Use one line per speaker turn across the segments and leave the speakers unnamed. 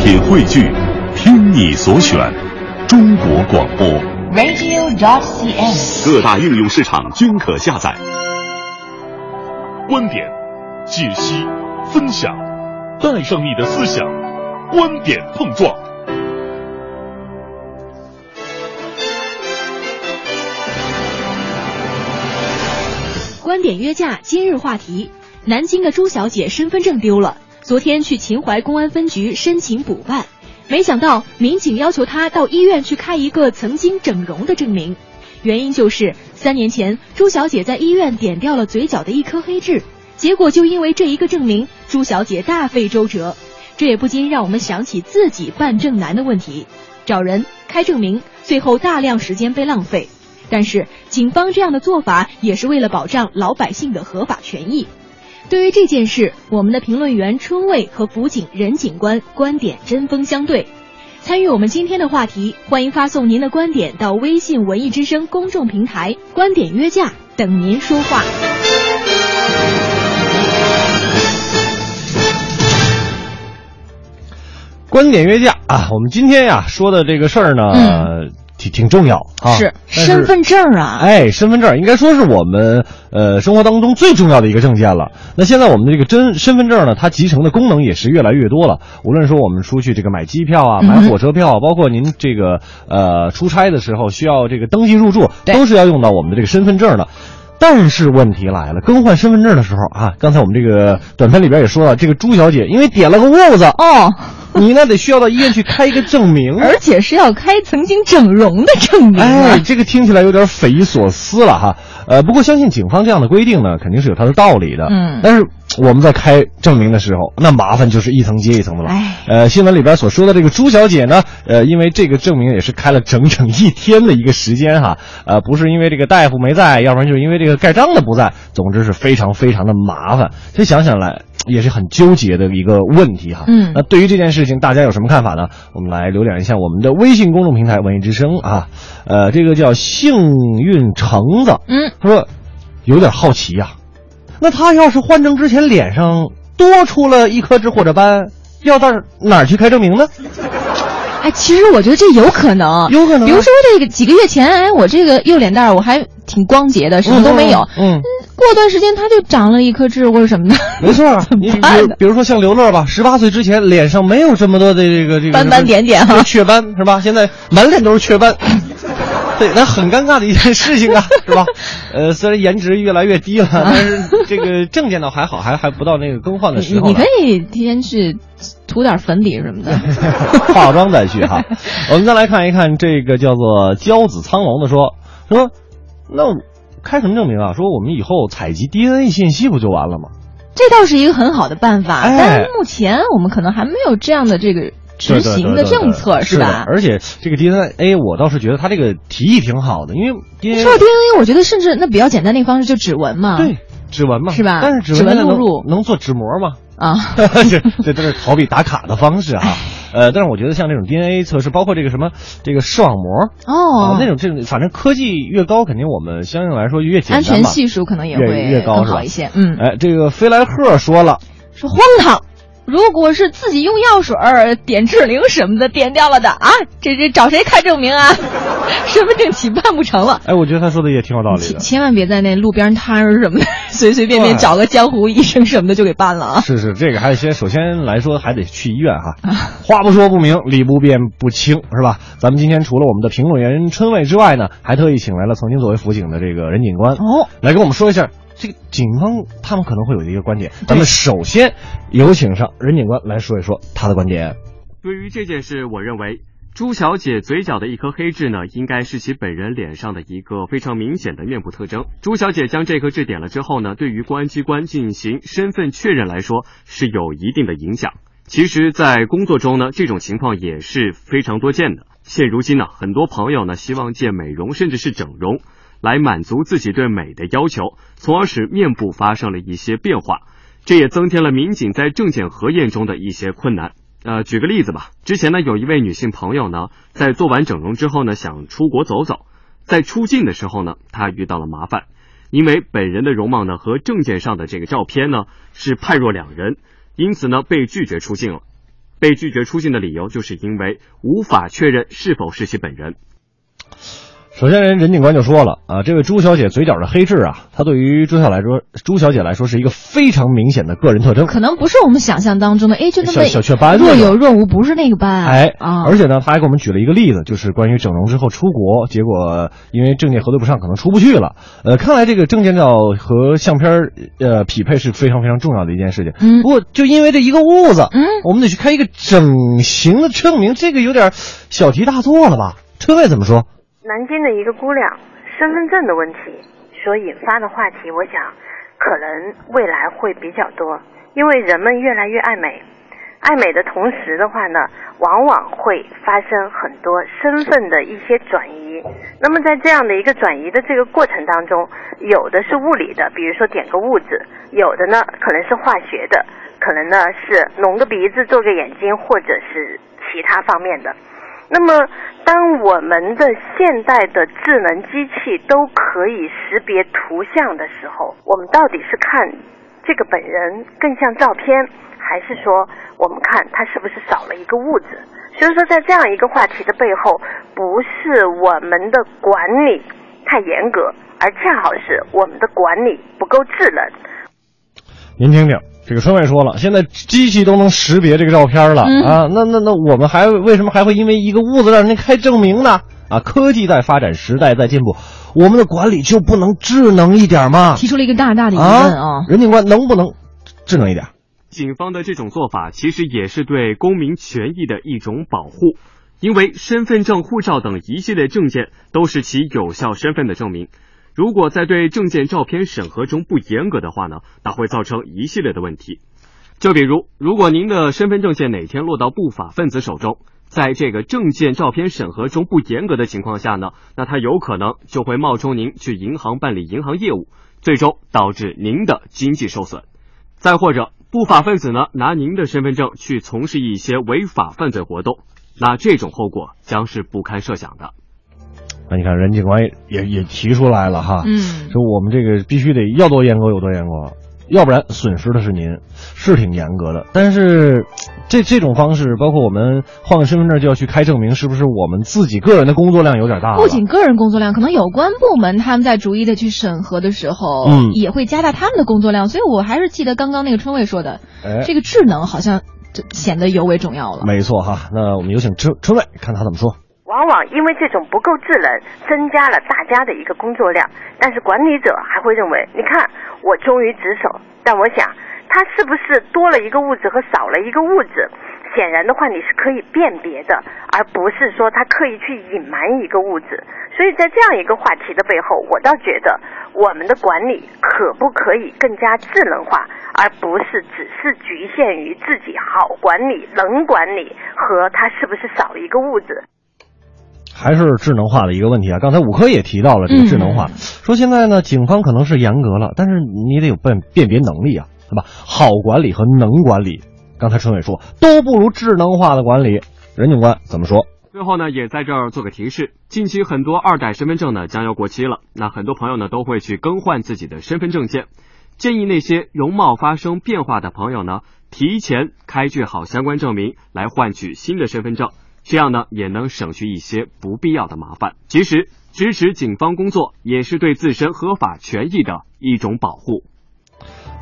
品汇聚，听你所选，中国广播。
radio.cn。
各大应用市场均可下载。观点、解析、分享，带上你的思想，观点碰撞。
观点约架，今日话题：南京的朱小姐身份证丢了，昨天去秦淮公安分局申请补办，没想到民警要求她到医院去开一个曾经整容的证明，原因就是三年前朱小姐在医院点掉了嘴角的一颗黑痣，结果就因为这一个证明，朱小姐大费周折，这也不禁让我们想起自己办证难的问题，找人开证明，最后大量时间被浪费。但是，警方这样的做法也是为了保障老百姓的合法权益。对于这件事，我们的评论员春卫和辅警任警官观点针锋相对。参与我们今天的话题，欢迎发送您的观点到微信“文艺之声”公众平台“观点约架”，等您说话。
观点约架啊，我们今天呀说的这个事儿呢，
嗯
挺挺重要啊。
是
但
身份证啊，
哎，身份证应该说是我们呃生活当中最重要的一个证件了。那现在我们的这个真身份证呢，它集成的功能也是越来越多了。无论说我们出去这个买机票啊、
嗯哼
买火车票啊，包括您这个呃出差的时候需要这个登记入住，
对
都是要用到我们的这个身份证的。但是问题来了，更换身份证的时候啊，刚才我们这个短片里边也说了，这个朱小姐因为点了个痦子，
哦，
你那得需要到医院去开一个证明。
而且是要开曾经整容的证明
哎，
啊。
这个听起来有点匪夷所思了哈。呃，不过相信警方这样的规定呢，肯定是有它的道理的。
嗯
但是我们在开证明的时候，那麻烦就是一层接一层的了。
哎
呃，新闻里边所说的这个朱小姐呢，呃，因为这个证明也是开了整整一天的一个时间哈。呃，不是因为这个大夫没在，要不然就是因为这个盖章的不在，总之是非常非常的麻烦。所以想想来。也是很纠结的一个问题哈。
嗯
那对于这件事情，大家有什么看法呢？我们来浏览一下我们的微信公众平台“文艺之声”啊，呃，这个叫幸运橙子，
嗯，
他说有点好奇呀、那他要是换证之前脸上多出了一颗痣或者斑，要到哪儿去开证明呢？
哎，其实我觉得这有可能，
有可能啊
比如说这个几个月前，哎，我这个右脸蛋儿我还挺光洁的，什么都没有。
嗯，嗯
过段时间它就长了一颗痣或者什么的，
没错儿。你
怎
比
么办
如
呢
比如说像刘乐吧，十八岁之前脸上没有这么多的这个这个
斑斑点点
这
哈。
雀斑是吧？现在满脸都是雀斑，对，那很尴尬的一件事情啊，是吧？呃，虽然颜值越来越低了，但是这个证件倒还好，还还不到那个更换的时
你
候呢。
你可以提前去涂点粉底什么的。
化妆再去哈。我们再来看一看这个叫做骄子苍龙的说说，那我开什么证明啊？说我们以后采集 DNA 信息不就完了吗？
这倒是一个很好的办法，
哎
但目前我们可能还没有这样的这个执行
对对对对对
政策，
是
吧
的？而且这个 DNA，我倒是觉得他这个提议挺好的，因为
你
DNA
说到 DNA，我觉得甚至那比较简单的一个方式就指纹嘛，
对指纹嘛，
啊是吧
但是指
指
纹
纹
现在能
录入
能做指模 吗？
啊，
这这都是逃避打卡的方式
哎
啊。呃，但是我觉得像这种 DNA 测试，包括这个什么这个视网膜
哦
啊，那种这种，反正科技越高，肯定我们相应来说越简单
安全
嘛。
系数可能也
越越
会
高
更
是吧
好一些。嗯，
哎，这个飞来鹤说了，
说荒唐。如果是自己用药水儿、点智灵什么的点掉了的啊，这这找谁开证明啊？ 身份证起办不成了。
哎，我觉得他说的也挺有道理
千
的。
千万别在那路边摊儿什么的， 随随便便
对
找个江湖医生什么的就给办 了啊。
是是，这个还得先，首先来说还得去医院哈。话不说不明，理不辩不清，是吧？咱们今天除了我们的评论员春卫之外呢，还特意请来了曾经作为辅警的这个任警官
哦，
来跟我们说一下这个警方他们可能会有的一个观点。咱们首先有请上任警官来说一说他的观点。
对于这件事，我认为朱小姐嘴角的一颗黑痣呢，应该是其本人脸上的一个非常明显的面部特征。朱小姐将这颗痣点了之后呢，对于公安机关进行身份确认来说是有一定的影响。其实，在工作中呢，这种情况也是非常多见的。现如今呢，很多朋友呢希望借美容甚至是整容来满足自己对美的要求，从而使面部发生了一些变化，这也增添了民警在证件核验中的一些困难。呃，举个例子吧，之前呢有一位女性朋友呢，在做完整容之后呢，想出国走走，在出境的时候呢，她遇到了麻烦，因为本人的容貌呢和证件上的这个照片呢是判若两人，因此呢被拒绝出境了。被拒绝出境的理由就是因为无法确认是否是其本人。
首先，人任警官就说了啊，这位朱小姐嘴角的黑痣啊，她对于朱小来说，朱小姐来说是一个非常明显的个人特征。
可能不是我们想象当中的，哎，就那
小
么
小雀斑
若
那种
有若无，不是那个斑，
哎
啊，
而且呢，他还给我们举了一个例子，就是关于整容之后出国，结果因为证件核对不上，可能出不去了。呃，看来这个证件照和相片儿呃匹配是非常非常重要的一件事情。
嗯
不过就因为这一个痦子，
嗯
我们得去开一个整形的证明，这个有点小题大做了吧？车位怎么说？
南京的一个姑娘身份证的问题所引发的话题，我想可能未来会比较多，因为人们越来越爱美，爱美的同时的话呢，往往会发生很多身份的一些转移。那么在这样的一个转移的这个过程当中，有的是物理的，比如说点个痦子；有的呢可能是化学的，可能呢是隆个鼻子、做个眼睛，或者是其他方面的。那么，当我们的现代的智能机器都可以识别图像的时候，我们到底是看这个本人更像照片，还是说我们看他是不是少了一个物质？所以说，在这样一个话题的背后，不是我们的管理太严格，而恰好是我们的管理不够智能。
您听听，这个春卫说了，现在机器都能识别这个照片了、
嗯
啊，那那那我们还为什么还会因为一个屋子让人家开证明呢？啊，科技在发展，时代在进步，我们的管理就不能智能一点吗？
提出了一个大大的疑问
啊
啊，，
任警官能不能智能一点？
警方的这种做法其实也是对公民权益的一种保护，因为身份证、护照等一系列证件都是其有效身份的证明。如果在对证件、照片审核中不严格的话呢，那会造成一系列的问题。就比如，如果您的身份证件哪天落到不法分子手中，在这个证件、照片审核中不严格的情况下呢，那他有可能就会冒充您去银行办理银行业务，最终导致您的经济受损。再或者，不法分子呢拿您的身份证去从事一些违法犯罪活动，那这种后果将是不堪设想的。
啊，你看任警官也也也提出来了哈，
嗯，
说我们这个必须得要多严格有多严格，要不然损失的是您，是挺严格的。但是这这种方式，包括我们换个身份证就要去开证明，是不是我们自己个人的工作量有点大了？
不仅个人工作量，可能有关部门他们在逐一的去审核的时候，
嗯
也会加大他们的工作量。所以我还是记得刚刚那个春卫说的，
哎
这个智能好像就显得尤为重要了。
没错哈，那我们有请春春伟看他怎么说。
往往因为这种不够智能，增加了大家的一个工作量。但是管理者还会认为，你看我忠于职守，但我想它是不是多了一个物质和少了一个物质？显然的话，你是可以辨别的，而不是说他刻意去隐瞒一个物质。所以在这样一个话题的背后，我倒觉得我们的管理可不可以更加智能化，而不是只是局限于自己好管理、能管理和它是不是少一个物质。
还是智能化的一个问题啊。刚才五科也提到了这个智能
嗯
化，说现在呢，警方可能是严格了，但是你得有辨辨别能力啊，对吧？好管理和能管理，刚才春伟说都不如智能化的管理。任警官怎么说？
最后呢，也在这儿做个提示，近期很多二代身份证呢将要过期了，那很多朋友呢都会去更换自己的身份证件，建议那些容貌发生变化的朋友呢，提前开具好相关证明来换取新的身份证，这样呢也能省去一些不必要的麻烦。其实支持警方工作也是对自身合法权益的一种保护。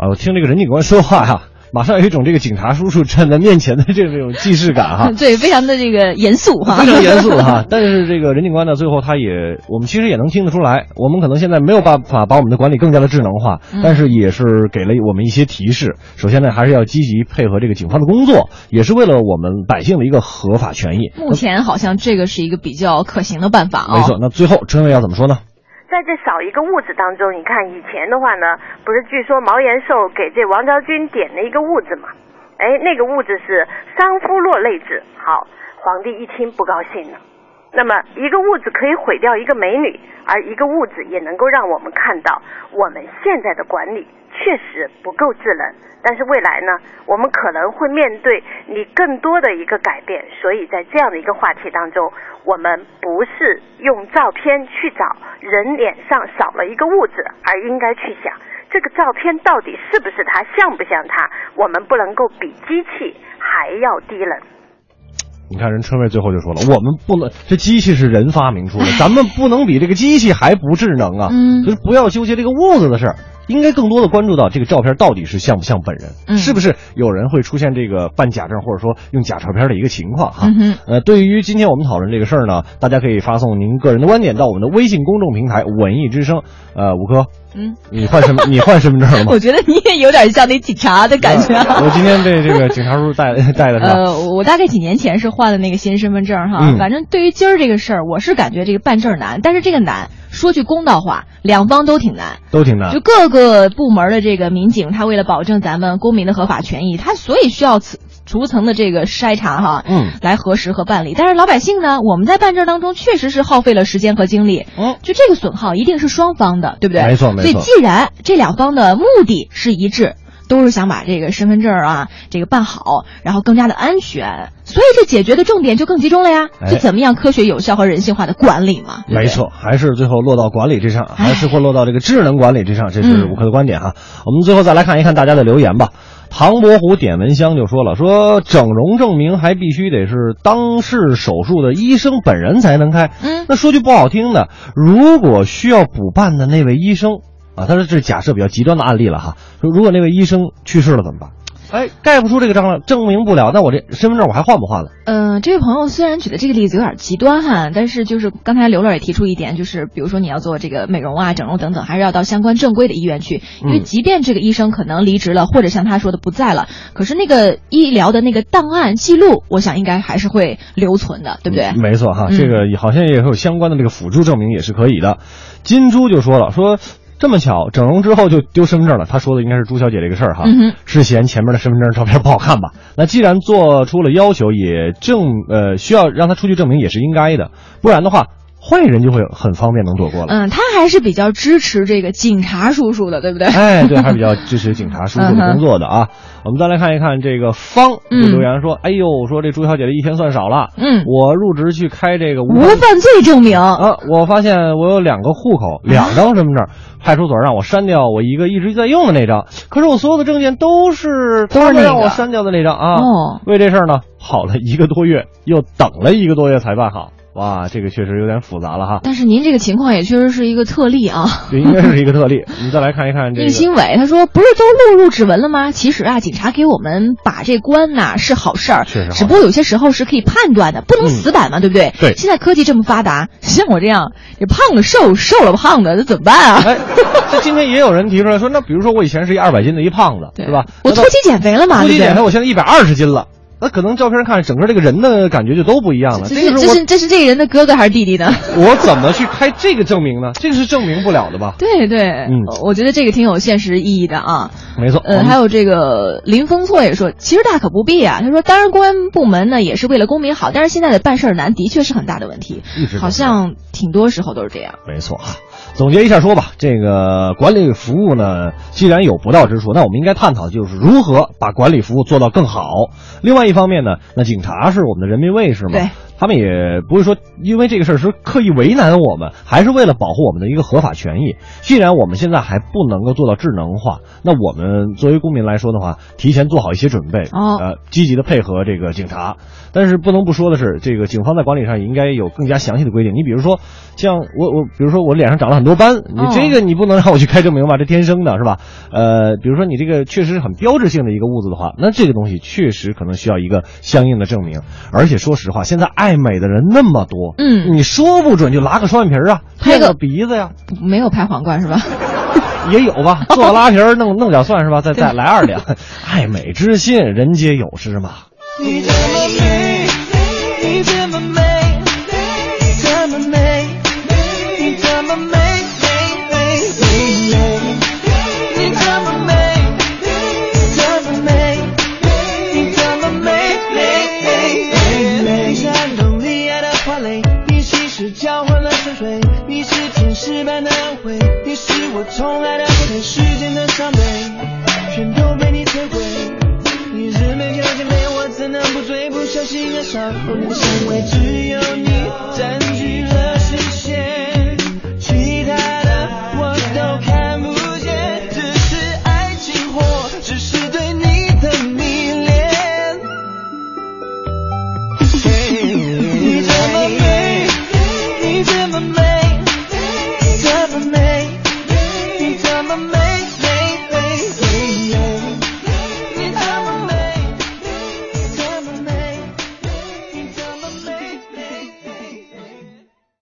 啊，我听这个任警官说话呀、马上有一种这个警察叔叔站在面前的这种既视感哈、
对，非常的这个严肃哈
啊非。常严肃哈。但是这个任警官呢，最后他也，我们其实也能听得出来，我们可能现在没有办法把我们的管理更加的智能化，
嗯
但是也是给了我们一些提示。首先呢，还是要积极配合这个警方的工作，也是为了我们百姓的一个合法权益。
目前好像这个是一个比较可行的办法啊、
没错，那最后春伟要怎么说呢？
在这少一个物质当中，你看以前的话呢，不是据说毛延寿给这王昭君点了一个物质嘛？哎，那个物质是桑夫洛类质。好，皇帝一听不高兴了。那么一个物质可以毁掉一个美女，而一个物质也能够让我们看到我们现在的管理确实不够智能。但是未来呢，我们可能会面对你更多的一个改变，所以在这样的一个话题当中，我们不是用照片去找人脸上少了一个物质，而应该去想这个照片到底是不是它，像不像它。我们不能够比机器，还还要低冷。
你看人春妹最后就说了，我们不能，这机器是人发明出的，咱们不能比这个机器还不智能啊！
嗯
就是不要纠结这个物子的事儿，应该更多的关注到这个照片到底是像不像本人，
嗯
是不是有人会出现这个办假证或者说用假照片的一个情况哈、
嗯哼，
呃，对于今天我们讨论这个事儿呢，大家可以发送您个人的观点到我们的微信公众平台“文艺之声”。呃，五哥，
嗯，
你 换身份，你换身份证了吗呃
我？觉得你也有点像那警察的感觉啊。
嗯 我今天被这个警察叔叔带带的是吧？
呃，我大概几年前是换了那个新身份证哈，
嗯
反正对于今儿这个事儿，我是感觉这个办证难，但是这个难，说句公道话，两方都挺难。
都挺难
就。各个部门的这个民警，他为了保证咱们公民的合法权益，他所以需要此逐层的这个筛查哈，
嗯，
来核实和办理。但是老百姓呢，我们在办证当中确实是耗费了时间和精力，
嗯，
就这个损耗一定是双方的，对不对？
没错没错
所以既然这两方的目的是一致。都是想把这个身份证啊，这个办好，然后更加的安全，所以这解决的重点就更集中了呀。
哎
就怎么样科学、有效和人性化的管理嘛？对不对
没，错，还是最后落到管理之上，
哎
还是会落到这个智能管理之上，这是
嗯
五科的观点哈。啊我们最后再来看一看大家的留言吧。唐伯虎点文香就说了，说整容证明还必须得是当事手术的医生本人才能开。
嗯
那说句不好听的，如果需要补办的那位医生啊，他说这是假设比较极端的案例了哈，说如果那位医生去世了怎么办？哎，盖不出这个章了，证明不了，那我这身份证我还换不换了？
嗯，这位朋友虽然举的这个例子有点极端哈，但是就是刚才刘乐也提出一点，就是比如说你要做这个美容啊、整容等等，还是要到相关正规的医院去，因为
嗯
即便这个医生可能离职了，或者像他说的不在了，可是那个医疗的那个档案记录，我想应该还是会留存的，对不对？
嗯没错哈，
嗯
这个好像也有相关的这个辅助证明也是可以的。金珠就说了，说这么巧，整容之后就丢身份证了。她说的应该是朱小姐这个事儿哈，
嗯哼
是嫌前面的身份证照片不好看吧？那既然做出了要求，也证呃需要让她出具证明也是应该的，不然的话，坏人就会很方便能躲过了。
嗯，他还是比较支持这个警察叔叔的，对不对？
哎，对，还比较支持警察叔叔的工作的啊。我们再来看一看这个方就
嗯
留言说：“哎呦，说这朱小姐的一天算少了，
嗯，
我入职去开这个无
无
痕
犯罪证明，
啊，我发现我有两个户口，两张身份证，派出所让我删掉我一个一直在用的那张，可是我所有的证件都是
都是
他们
那
让我
个
删掉的那张啊。
哦
为这事儿呢，跑了一个多月，又等了一个多月才办好。哇，这个确实有点复杂了哈，
但是您这个情况也确实是一个特例啊。
这应该是一个特例。我们再来看一看这
叶
个。
新伟他说：“不是都录入指纹了吗？其实啊，警察给我们把这关呐、是好事儿，
确实好
只不过有些时候是可以判断的，不能
嗯
死板嘛，对不对？
对
现在科技这么发达，像我这样，这胖了瘦，瘦了胖的，这怎么办啊？
哎，这今天也有人提出来说，那比如说我以前是一二百斤的一胖子，
对
是吧？
我
那到
突击减肥了嘛，
突
对
击
不
减肥，
对？
我现在一百二十斤了，那可能照片看整个这个人的感觉就都不一样了。
这
个
是这
我
是这是这个人的哥哥还是弟弟呢？
我怎么去开这个证明呢？这个是证明不了的吧？
对对，
嗯
我觉得这个挺有现实意义的啊。
没错，
呃，还有这个林峰错也说，其实大可不必啊。他说，当然公安部门呢也是为了公民好，但是现在的办事儿难的确是很大的问题
一直都，是
好像挺多时候都是这样。
没错啊。总结一下说吧，这个管理服务呢，既然有不到之处，那我们应该探讨就是如何把管理服务做到更好。另外一方面呢，那警察是我们的人民卫士嘛，
对，
他们也不会说因为这个事儿是刻意为难我们，还是为了保护我们的一个合法权益。既然我们现在还不能够做到智能化，那我们作为公民来说的话，提前做好一些准备，
哦
呃，积极的配合这个警察。但是不能不说的是，这个警方在管理上也应该有更加详细的规定。你比如说，像我我，比如说我脸上长了很多斑，你
哦
这个你不能让我去开证明吧？这天生的是吧？呃，比如说你这个确实是很标志性的一个物质的话，那这个东西确实可能需要一个相应的证明。而且说实话，现在爱美的人那么多，
嗯
你说不准就拉个双眼皮儿啊，
拍
垫
个
个鼻子呀、
没有拍皇冠是吧？
也有 吧，做个拉皮儿弄弄点蒜是吧？再再来二两，爱美之心，人皆有之嘛。
你这么美，你这么美，你这么美，你这么美，美美你美，你这么美，你这么美，你这么美，美美美。你暗中厉害的傀儡，你其实交换了春水，你是天使般的安慰，你是我宠爱的傀儡，时间的伤悲，全都被你摧毁。你是每条眼泪，我怎能不醉？不小心爱上后的香味，只有你占据了